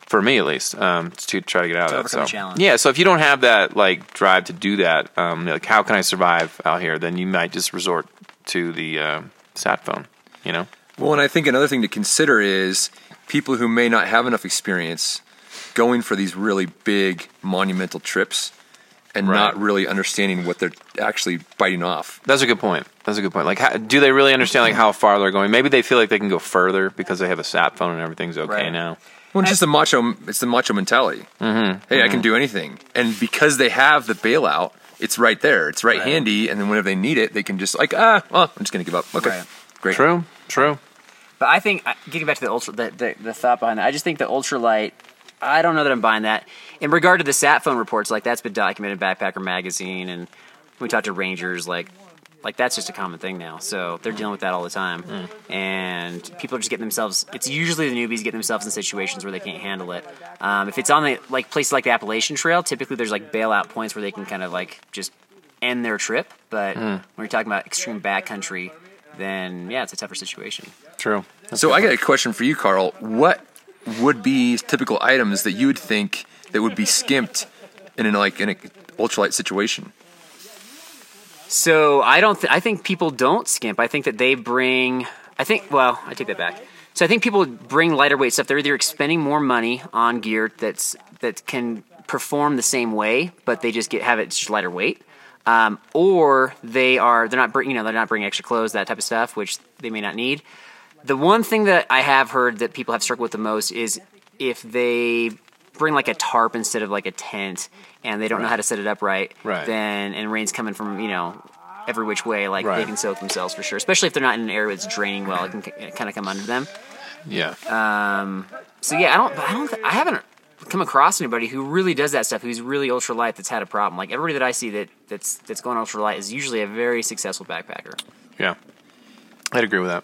for me at least um, to try to get out of that.
overcome
So
a challenge.
yeah, so if you don't have that like drive to do that, um, like how can I survive out here? Then you might just resort to the uh, sat phone. You know.
Well, and I think another thing to consider is people who may not have enough experience going for these really big monumental trips and
Right.
not really understanding what they're actually biting off.
That's a good point. That's a good point. Like, how, do they really understand like how far they're going? Maybe they feel like they can go further because they have a sat phone and everything's okay
Right.
now.
Well, it's just the macho. It's the macho mentality. Mm-hmm. Hey, I can do anything, and because they have the bailout, it's right there. It's right, handy, and then whenever they need it, they can just like ah, well, I'm just gonna give up. Okay,
Right.
great.
True. True.
But I think I- getting back to the ultra, the, the, the thought behind that, I just think the ultralight. I don't know that I'm buying that. In regard to the sat phone reports, like that's been documented in Backpacker magazine, and we talked to rangers, like like that's just a common thing now. So they're dealing with that all the time,
Mm.
and people are just getting themselves. It's usually the newbies get themselves in situations where they can't handle it. Um, if it's on the like places like the Appalachian Trail, typically there's like bailout points where they can kind of like just end their trip. But when you're talking about extreme backcountry, then yeah, it's a tougher situation.
True.
So I got a question for you, Carl. What would be typical items that you would think that would be skimped in an like in an ultralight situation.
So I don't. Th- I think people don't skimp. I think that they bring. I think. Well, I take that back. So I think people bring lighter weight stuff. They're either expending more money on gear that's that can perform the same way, but they just get have it just lighter weight, um, or they are they're not bring you know they're not bringing extra clothes that type of stuff, which they may not need. The one thing that I have heard that people have struggled with the most is if they bring like a tarp instead of like a tent and they don't know how to set it up right,
Right.
then and rain's coming from, you know, every which way, like they
Right.
can soak themselves for sure. Especially if they're not in an area that's draining well, it can kind of come under them. Um,
Yeah.
So yeah, I don't, I don't, I haven't come across anybody who really does that stuff. Who's really ultralight that's had a problem. Like everybody that I see that that's that's going ultralight is usually a very successful backpacker.
yeah. I'd agree with that.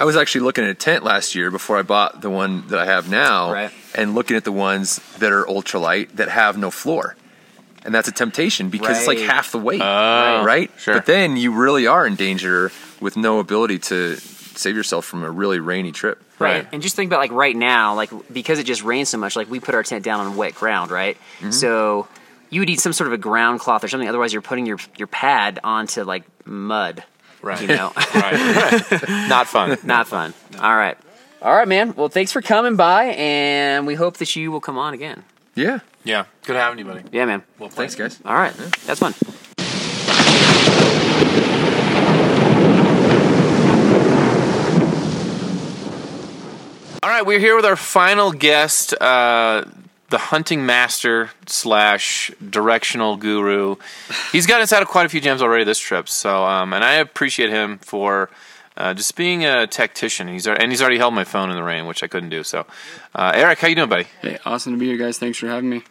I was actually looking at a tent last year before I bought the one that I have now,
Right.
and looking at the ones that are ultralight that have no floor. And that's a temptation because it's like
Right.
half the weight,
Oh,
right?
sure.
But then you really are in danger with no ability to save yourself from a really rainy trip.
Right.
And just think about like right now, like because it just rains so much, like we put our tent down on wet ground, right?
Mm-hmm.
So you would need some sort of a ground cloth or something. Otherwise, you're putting your your pad onto like mud.
Right.
You know,
right. Not fun.
not fun. All right. All right, man. Well, thanks for coming by, and we hope that you will come on again.
Yeah.
Yeah. Good having you, buddy.
Yeah, man.
Well,
Thanks, guys.
All right. That's fun.
All right, we're here with our final guest, uh, the hunting master slash directional guru. He's gotten us out of quite a few gems already this trip, so um, and I appreciate him for uh, just being a tactician. He's al- and he's already held my phone in the rain, which I couldn't do. So, uh, Eric, how you doing, buddy?
Hey, awesome to be here, guys. Thanks for having me.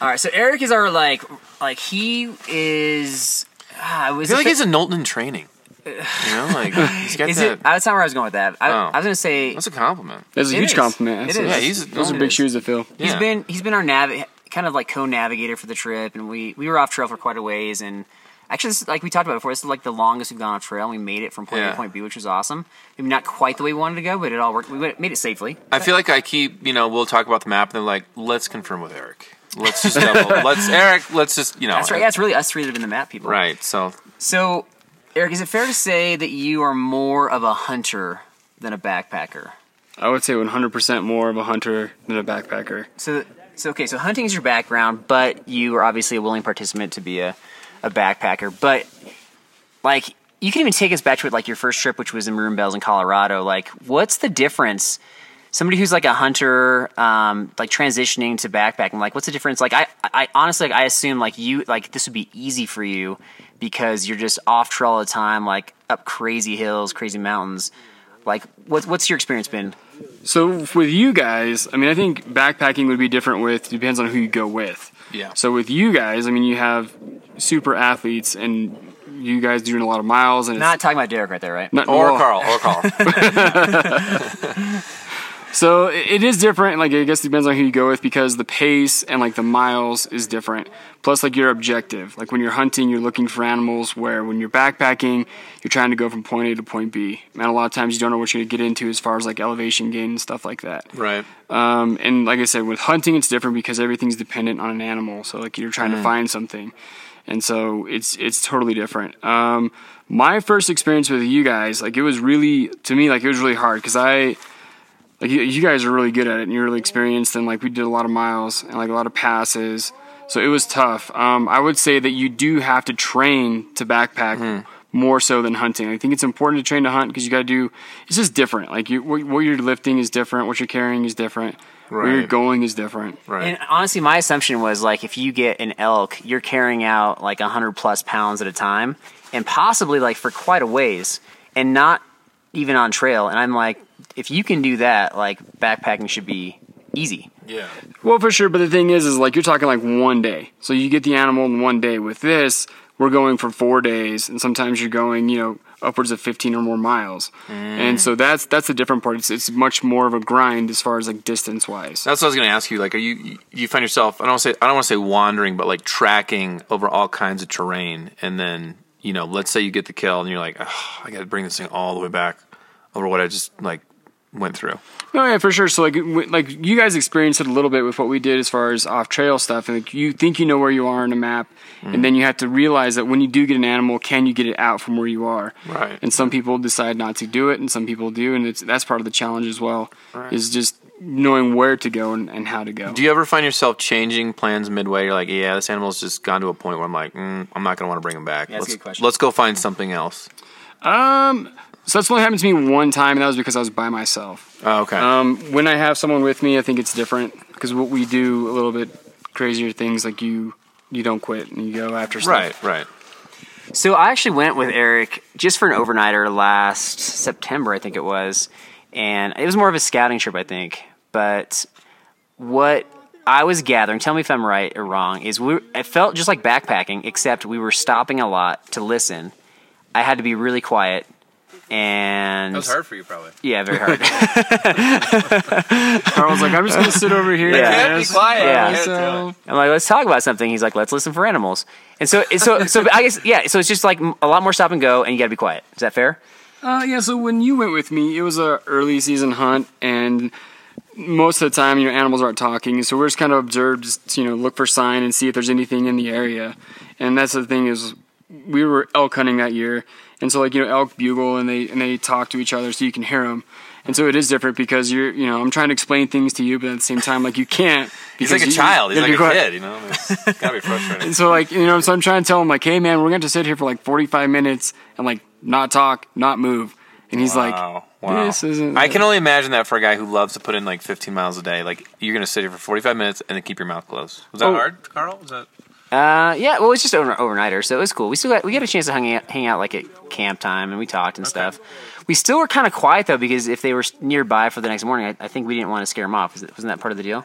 All right. So Eric is our like like he is. ah,
I
was
feel
it
like
fa-
he's a Knowlton in training. You know, like he's got
Is
that.
it? That's not where I was going with that. I,
Oh.
I was gonna say
that's a compliment.
That's a
It
huge
is.
compliment.
It
So
is.
Yeah, he's
Those are
no,
big
it is.
shoes to fill.
He's
Yeah.
been he's been our nav kind of like co-navigator for the trip, and we we were off trail for quite a ways, and actually this is, like we talked about before, this is like the longest we've gone off trail. and We made it from point A
Yeah.
to point B, which was awesome. Maybe not quite the way we wanted to go, but it all worked. We went- made it safely.
I feel like I keep, you know, we'll talk about the map, and they're like, let's confirm with Eric. Let's just double. let's Eric. Let's just, you know.
That's right. Yeah, it's really us three that have been the map people.
Right. So
So, Eric, is it fair to say that you are more of a hunter than a backpacker?
I would say 100% more of a hunter than a backpacker.
So, so okay, so hunting is your background, but you are obviously a willing participant to be a, a backpacker. But like, you can even take us back to it, like your first trip, which was in Maroon Bells in Colorado. Like, what's the difference? Somebody who's like a hunter, um, like transitioning to backpacking, like what's the difference? Like, I, I honestly, like, I assume like you, like this would be easy for you because you're just off trail all the time, like up crazy hills, crazy mountains. Like, what's what's your experience been?
So with you guys, I mean, I think backpacking would be different with depends on who you go with.
Yeah.
So with you guys, I mean, you have super athletes and you guys doing a lot of miles and
Not talking about Derek right there, right?
it's not
or
well,
Carl or Carl.
So it it is different. Like I guess it depends on who you go with because the pace and like the miles is different. Plus, like your objective. Like when you're hunting, you're looking for animals. Where when you're backpacking, you're trying to go from point A to point B. And a lot of times you don't know what you're gonna get into as far as like elevation gain and stuff like that.
right.
Um, and like I said, with hunting, it's different because everything's dependent on an animal. So like you're trying to find something, and so it's it's totally different. Um, my first experience with you guys, like it was really to me, like it was really hard because I. Like you, you guys are really good at it, and you're really experienced, and like we did a lot of miles and like a lot of passes, so it was tough. Um, I would say that you do have to train to backpack
Hmm.
more so than hunting. I think it's important to train to hunt because you got to do. It's just different. Like you, what, what you're lifting is different. What you're carrying is different. Where you're
Right.
going is different.
Right.
And honestly, my assumption was like if you get an elk, you're carrying out like 100 plus pounds at a time and possibly like for quite a ways and not even on trail. And I'm like, if you can do that, like backpacking should be easy.
yeah.
Well, for sure. But the thing is, is like you're talking like one day. So you get the animal in one day. With this, we're going for four days, and sometimes you're going, you know, upwards of 15 or more miles. And so that's that's the different part. It's it's much more of a grind as far as like distance wise.
That's what I was going to ask you. Like, are you you find yourself? I don't say I don't want to say wandering, but like tracking over all kinds of terrain, and then you know, let's say you get the kill, and you're like, "Ugh, I got to bring this thing all the way back over what I just like went through.
No, Oh, yeah, for sure. So like, w- like you guys experienced it a little bit with what we did as far as off trail stuff, and like, you think you know where you are on a map, and then you have to realize that when you do get an animal, can you get it out from where you are?
Right.
And some people decide not to do it, and some people do, and it's that's part of the challenge as well, is just knowing where to go and, and how to go.
Do you ever find yourself changing plans midway? You're like, yeah, this animal's just gone to a point where I'm like, mm, I'm not going to want to bring him back.
that's a
let's,
good question.
let's go find something else.
um, so that's only happened to me one time, and that was because I was by myself.
Oh, okay.
Um, when I have someone with me, I think it's different because what we do a little bit crazier things like you you don't quit and you go after stuff.
right, right.
So I actually went with Eric just for an overnighter last September, I think it was, and it was more of a scouting trip, I think. But what I was gathering, tell me if I'm right or wrong, is we it felt just like backpacking, except we were stopping a lot to listen. I had to be really quiet, and
for you, probably.
yeah, very hard.
Carl's like, I'm just gonna sit over here.
Yeah.
and ask
quiet.
Yeah.
myself."
I'm like, let's talk about something. He's like, let's listen for animals. And so, and so, so I guess, yeah. So it's just like a lot more stop and go, and you got to be quiet. Is that fair?
Uh, yeah. So when you went with me, it was a early season hunt, and most of the time, you know, animals aren't talking, so we're just kind of observed, just you know, look for sign and see if there's anything in the area. And that's the thing is, we were elk hunting that year, and so like you know, elk bugle and they and they talk to each other, so you can hear them. And so it is different because you're, you know, I'm trying to explain things to you, but at the same time, like you can't.
He's like a
because you-
child. He's
you have
like
to go
a
out-
kid, you know? It's got to be frustrating.
and so like you know, so I'm trying to tell him like, hey man, we're gonna have to sit here for like 45 minutes and like not talk, not move. And he's
Wow.
like,
Wow.
this isn't.
I can only imagine that for a guy who loves to put in like 15 miles a day. Like, you're going to sit here for 45 minutes and then keep your mouth closed. Was that
Oh.
hard, Carl? Was that.
Uh, yeah. Well, it's just over, overnighter, so it was cool. We still got, we got a chance to hang out, hang out like at camp time, and we talked and stuff. We still were kind of quiet though because if they were s- nearby for the next morning, I, I think we didn't want to scare them off. Is it- Wasn't that part of the deal?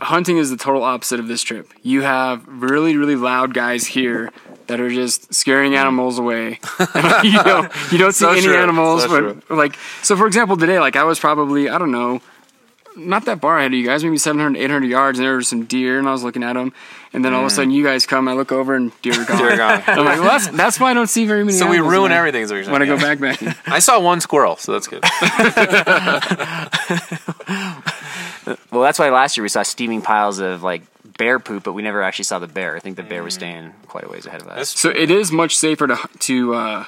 hunting is the total opposite of this trip. You have really really loud guys here that are just scaring animals away. you know, you don't see
So
any
true.
animals,
So
but like so for example today, like I was probably I don't know. Not that far ahead of you guys, maybe 700, 800 yards, and there were some deer, and I was looking at them. And then all of a
Mm.
sudden, you guys come, I look over, and deer are gone.
Dear God.
I'm like, well, that's, that's why I don't see very many.
So we
animals
ruin
when I-
everything. Is what you're saying.
When I go
Yeah.
backpacking,
I saw one squirrel, so that's good.
Well, that's why last year we saw steaming piles of like bear poop, but we never actually saw the bear. I think the bear
Mm.
was staying quite a ways ahead of us.
so it is much safer to to uh,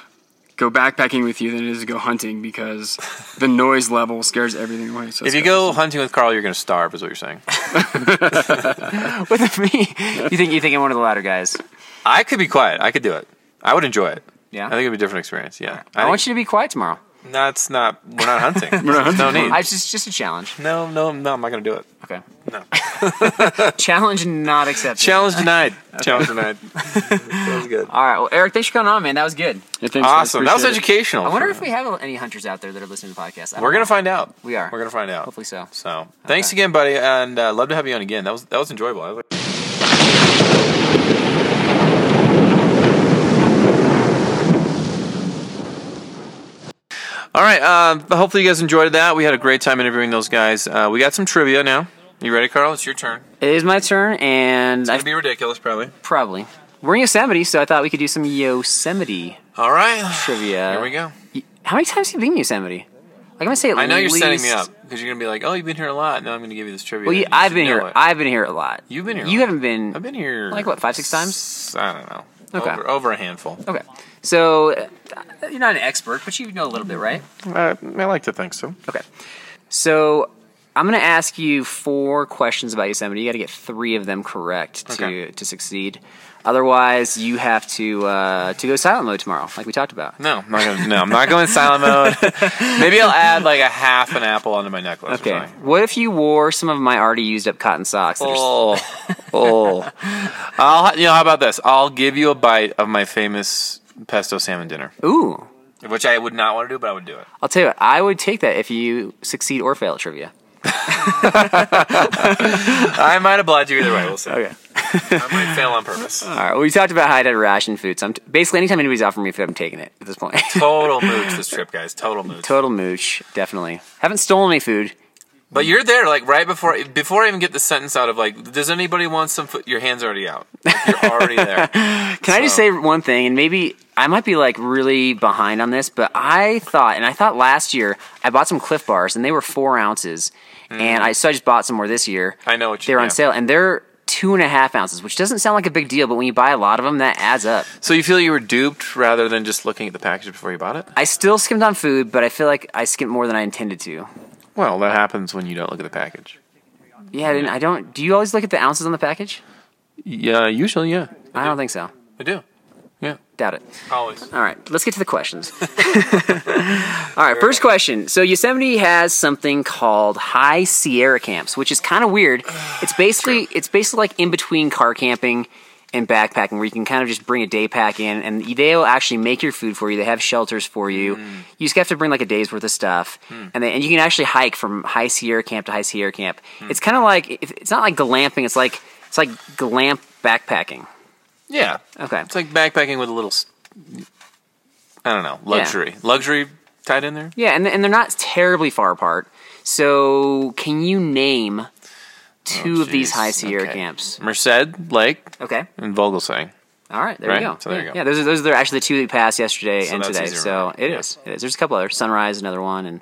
go backpacking with you than it is to go hunting because the noise level scares everything away. So
If you go hunting with Carl, you're going to starve, is what you're saying.
With me, you think you think I'm one of the louder guys?
I could be quiet. I could do it. I would enjoy it.
Yeah?
I think it'd be a different experience. Yeah.
I, want you to be quiet tomorrow.
you. That's not. We're not hunting. No need.
I, it's just just a challenge.
no, no, no. I'm not going to do it.
Okay. No. challenge not accepted.
Challenge denied. Challenge denied. that was good.
All right. Well, Eric, thanks for coming on, man. That was good.
Yeah, thanks, guys.
Awesome. That was
Appreciate it.
educational.
I wonder if we have any hunters out there that are listening to the podcast. I don't
We're
know.
gonna find out.
We are.
We're gonna find out.
Hopefully so.
So, thanks again, buddy, and uh, love to have you on again. That was that was enjoyable. I was- All right. Uh, hopefully, you guys enjoyed that. We had a great time interviewing those guys. Uh, we got some trivia now. You ready, Carl? It's your turn.
It is my turn, and I
It'd be ridiculous, probably.
probably we're in Yosemite, so I thought we could do some Yosemite
All right.
trivia.
Uh, Here we go.
How many times have you been in Yosemite? Like I'm gonna say at
I know you're
least-
setting me up because you're gonna be like, "Oh, you've been here a lot." Now I'm gonna give you this trivia.
Well, you,
You
I've
should
been
know
here.
it.
I've been here a lot.
You've been here a
You
lot.
haven't been.
I've been here
Like, what, five, six times?
s- I don't know.
Okay.
Over, over a handful.
Okay, so uh, you're not an expert, but you know a little bit, right?
Uh, I like to think so.
Okay. So I'm going to ask you four questions about Yosemite. You got to get three of them correct to
Okay.
to succeed. Otherwise, you have to uh, to go silent mode tomorrow, like we talked about.
No, I'm not gonna, no, I'm not going silent mode. Maybe I'll add like a half an apple onto my necklace. or
Okay.
something.
What if you wore some of my already used up cotton socks? that are s-
Oh, oh. I'll you know how about this? I'll give you a bite of my famous pesto salmon dinner,
Ooh.
which I would not want to do, but I would do it.
I'll tell you what, I would take that if you succeed or fail at trivia.
I might oblige you either way. We'll see.
Okay.
I might fail on purpose.
All right. Well, we talked about how I did ration food. So I'm t- basically, anytime anybody's offering me food, I'm taking it at this point.
Total mooch this trip, guys. Total mooch.
Total mooch, definitely. Haven't stolen any food.
But you're there, like right before before I even get the sentence out of like, does anybody want some food? Your hand's already out. Like, you're already there.
Can I just say one thing? And maybe I might be like really behind on this, but I thought, and I thought last year I bought some Cliff Bars and they were four ounces, and I so I just bought some more this year.
Mm. I know what you-
they were on
yeah.
sale, and they're two and a half ounces, which doesn't sound like a big deal, but when you buy a lot of them, that adds up.
So you feel you were duped rather than just looking at the package before you bought it?
I still skimmed on food, but I feel like I skimped more than I intended to.
Well, that happens when you don't look at the package.
Yeah, I, didn't, I don't. Do you always look at the ounces on the package?
Yeah, usually, yeah.
I don't think so.
I do.
Doubt it.
Always.
All right, let's get to the questions. All right, first question. So Yosemite has something called High Sierra camps, which is kind of weird. It's basically it's basically like in between car camping and backpacking, where you can kind of just bring a day pack in, and they'll actually make your food for you. They have shelters for you. You just have to bring like a day's worth of stuff,
Hmm.
Hmm.
and then and you can actually hike from High Sierra camp to High Sierra camp. It's kind of like if- it's not like glamping. It's like it's like glamp backpacking.
Yeah.
Okay.
It's like backpacking with a little, s- I don't know, luxury. Luxury tied in there?
Yeah, and, and they're not terribly far apart. So, can you name two of these
Oh, Jeez,
high Sierra
okay.
camps?
Merced, Lake,
Okay.
and Vogelsang.
All right. There
Right?
you go.
So there you
yeah.
go.
Yeah, those are, those are actually the two that we passed yesterday
So
and
that's
today.
easier,
So,
right?
it is.
Yeah.
It is. There's a couple others. Sunrise, another one, and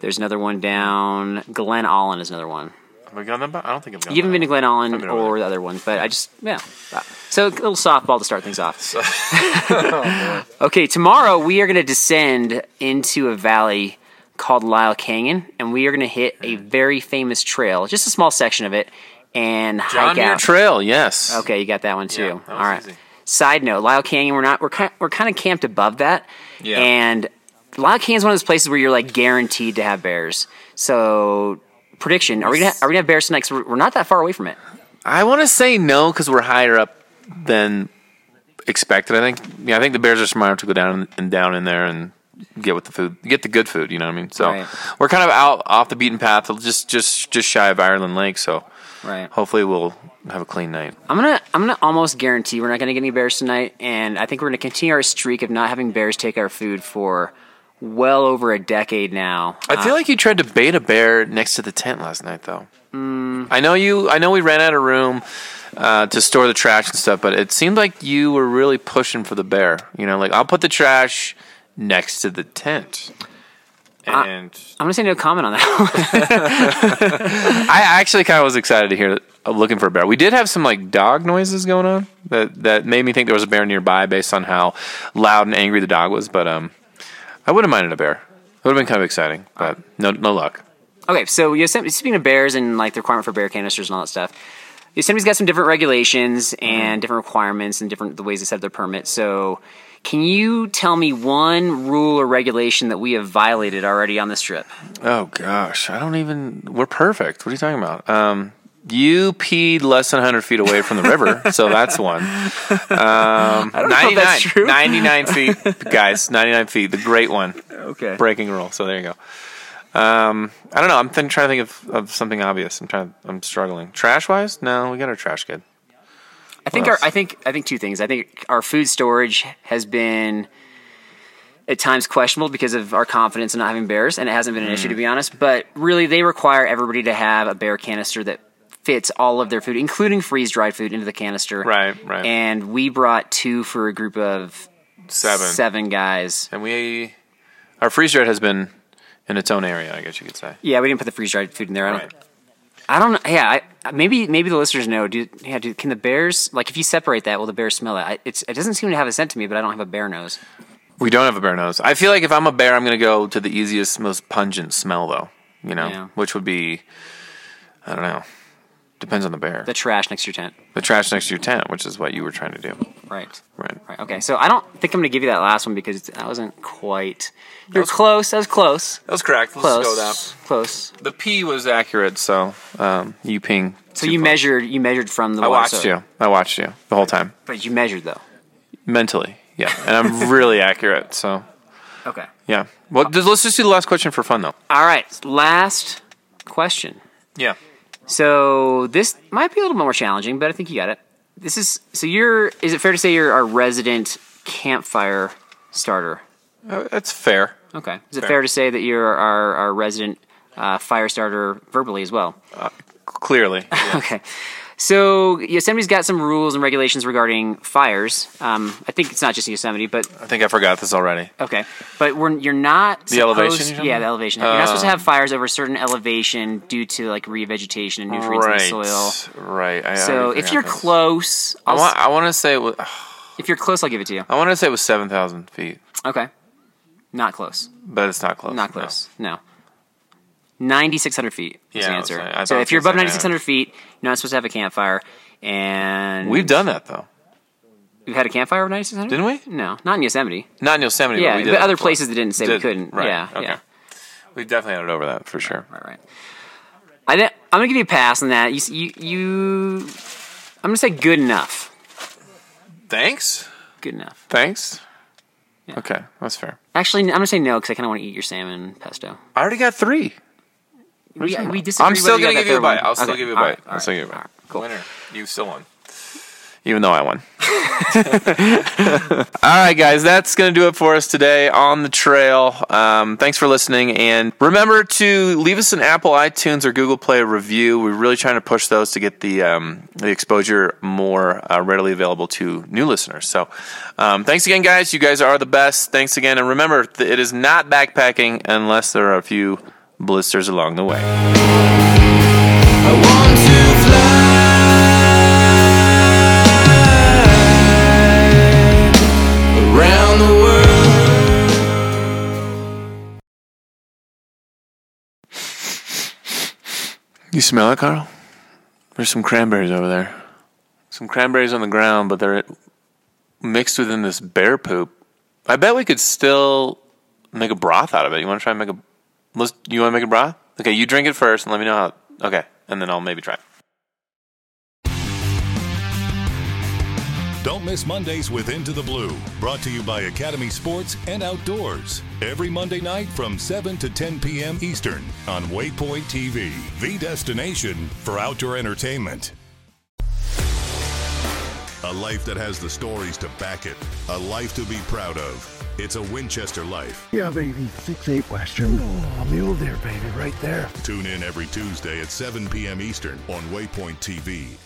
there's another one down. Glen Allen is another one.
Have I gone that? bu- I don't think I've gone
You haven't
that
been to Glen Allen
been over
or the other ones, but I just, yeah. So, a little softball to start things off. okay, tomorrow we are going to descend into a valley called Lyle Canyon, and we are going to hit a very famous trail, just a small section of it, and
John
hike
Muir
out.
Trail, yes.
Okay, you got that one too.
Yeah, that was
All right.
easy.
Side note: Lyle Canyon. We're not. We're kind. We're kind of camped above that.
Yeah.
And Lyle Canyon's one of those places where you're like guaranteed to have bears. So prediction: Are we gonna are we gonna have bears tonight? 'Cause we're, we're not that far away from it.
I want to say no because we're higher up than expected. I think. Yeah, I think the Bears are smart to go down and down in there and get with the food, get the good food. You know what I mean? So
Right.
we're kind of out off the beaten path, just just just shy of Ireland Lake. So
Right.
hopefully we'll have a clean night.
I'm gonna I'm gonna almost guarantee we're not gonna get any bears tonight, and I think we're gonna continue our streak of not having bears take our food for well over a decade now. Uh,
I feel like you tried to bait a bear next to the tent last night, though.
Mm,
I know you. I know we ran out of room uh, to store the trash and stuff, but it seemed like you were really pushing for the bear. You know, like I'll put the trash next to the tent. And
I'm gonna say no comment on that.
I actually kind of was excited to hear uh, looking for a bear. We did have some like dog noises going on that that made me think there was a bear nearby based on how loud and angry the dog was. But um, I would have minded a bear. It would have been kind of exciting, but no no luck.
Okay, so Yosemite. Speaking of bears and like the requirement for bear canisters and all that stuff, Yosemite's got some different regulations
Mm-hmm.
and different requirements and different the ways they set up their permits. So, can you tell me one rule or regulation that we have violated already on this trip?
Oh gosh, I don't even. We're perfect. What are you talking about? Um, you peed less than 100 feet away from the river, so that's one. Um, I don't 99,
know if that's true.
99 feet, guys. 99 feet, the great one.
Okay.
breaking rule. So there you go. Um, I don't know. I'm th- trying to think of, of something obvious. I'm trying. I'm struggling. Trash wise, no, we got our trash good.
I think our, I think I think two things. I think our food storage has been at times questionable because of our confidence in not having bears, and it hasn't been an issue to be
Mm.
honest. But really, they require everybody to have a bear canister that fits all of their food, including freeze dried food, into the canister.
Right, right.
And we brought two for a group of
Seven.
seven guys.
And we, our freeze rate has been in its own area. I guess you could say.
Yeah, we didn't put the freeze dried food in there. I don't,
Right.
I don't know. Yeah, I, maybe maybe the listeners know. Do yeah? Do, can the bears like if you separate that, will the bears smell it? I, it's, it doesn't seem to have a scent to me, but I don't have a bear nose.
We don't have a bear nose. I feel like if I'm a bear, I'm going to go to the easiest, most pungent smell, though. You know,
Yeah.
which would be, I don't know. Depends on the bear.
the trash next to your tent.
the trash next to your tent, which is what you were trying to do.
Right.
Right.
Right. Okay. So I don't think I'm going to give you that last one because that wasn't quite. You were close. That was close.
That was correct. Let's
Close. Close.
The P was accurate, so um, you ping.
So you measured. You measured from the.
I
water,
watched
so-
you. I watched you the whole time
But you measured though.
mentally. Yeah, and I'm really accurate. So
Okay.
yeah. Well, just- let's just do the last question for fun, though.
All right. Last question.
Yeah.
So this might be a little bit more challenging, but I think you got it. This is so you're. Is it fair to say you're our resident campfire starter?
Uh, That's fair.
Okay. Is it fair to say that you're our our resident uh, fire starter verbally as well?
Clearly.
Okay. So Yosemite's got some rules and regulations regarding fires. Um, I think it's not just Yosemite, but
I think I forgot this already.
okay. But we're, you're not
The elevation you're
supposed-
talking
Yeah,
about? Uh,
the elevation. you're not supposed to have fires over a certain elevation due to like revegetation and nutrients in the soil.
Right. I
So
already
if
forgot
you're
this.
close,
I
I'll,
want. I want to say. It was,
if you're close, I'll give it to you.
I want to say it was seven thousand feet,
Okay, not close.
but it's not close.
Not
no.
close. No. 9,600 feet is
Yeah,
the
I was
answer.
saying- I thought
so
it
if you're
was
above
like, yeah.
9,600 feet, you're not supposed to have a campfire. And
We've done that though,
We've had a campfire over 9,600?
didn't we?
No, not in Yosemite.
Not in Yosemite.
yeah,
but we did
but
it
other
before.
places that didn't say we
Did-
couldn't.
Right.
Yeah,
Okay.
yeah.
We've definitely had it over that for sure.
All right. I thi- I'm going to give you a pass on that. You, s- you, you I'm going to say good enough.
Thanks.
Good enough.
Thanks. Okay, that's fair.
Actually, I'm going to say no because I kind of want to eat your salmon pesto.
I already got three.
We, we disagree
I'm still
going to
gonna give you a bite. I'll still give you a bite.
All
I'll
right,
still give you a
all
bite.
right, cool.
Winner, you still won. Even though I won. All right, guys, that's going to do it for us today on the trail. Um, thanks for listening. And remember to leave us an Apple, iTunes, or Google Play review. We're really trying to push those to get the, um, the exposure more uh, readily available to new listeners. So um, thanks again, guys. You guys are the best. Thanks again. And remember, th- it is not backpacking unless there are a few blisters along the way.
I want to fly around the world.
You smell it, Carl? There's some cranberries over there. Some cranberries on the ground, but they're mixed within this bear poop. I bet we could still make a broth out of it. You want to try and make a? Let's. You want to make a broth? Okay, you drink it first, and let me know how. Okay, and then I'll maybe try. it.
Don't miss Mondays with Into the Blue, brought to you by Academy Sports and Outdoors. Every Monday night from 7 to 10 p.m. Eastern on Waypoint TV, the destination for outdoor entertainment. A life that has the stories to back it, a life to be proud of. It's a Winchester life.
Yeah, baby. Six eight Western. Oh, mule deer, baby, right there.
Tune in every Tuesday at 7 p.m. Eastern on Waypoint TV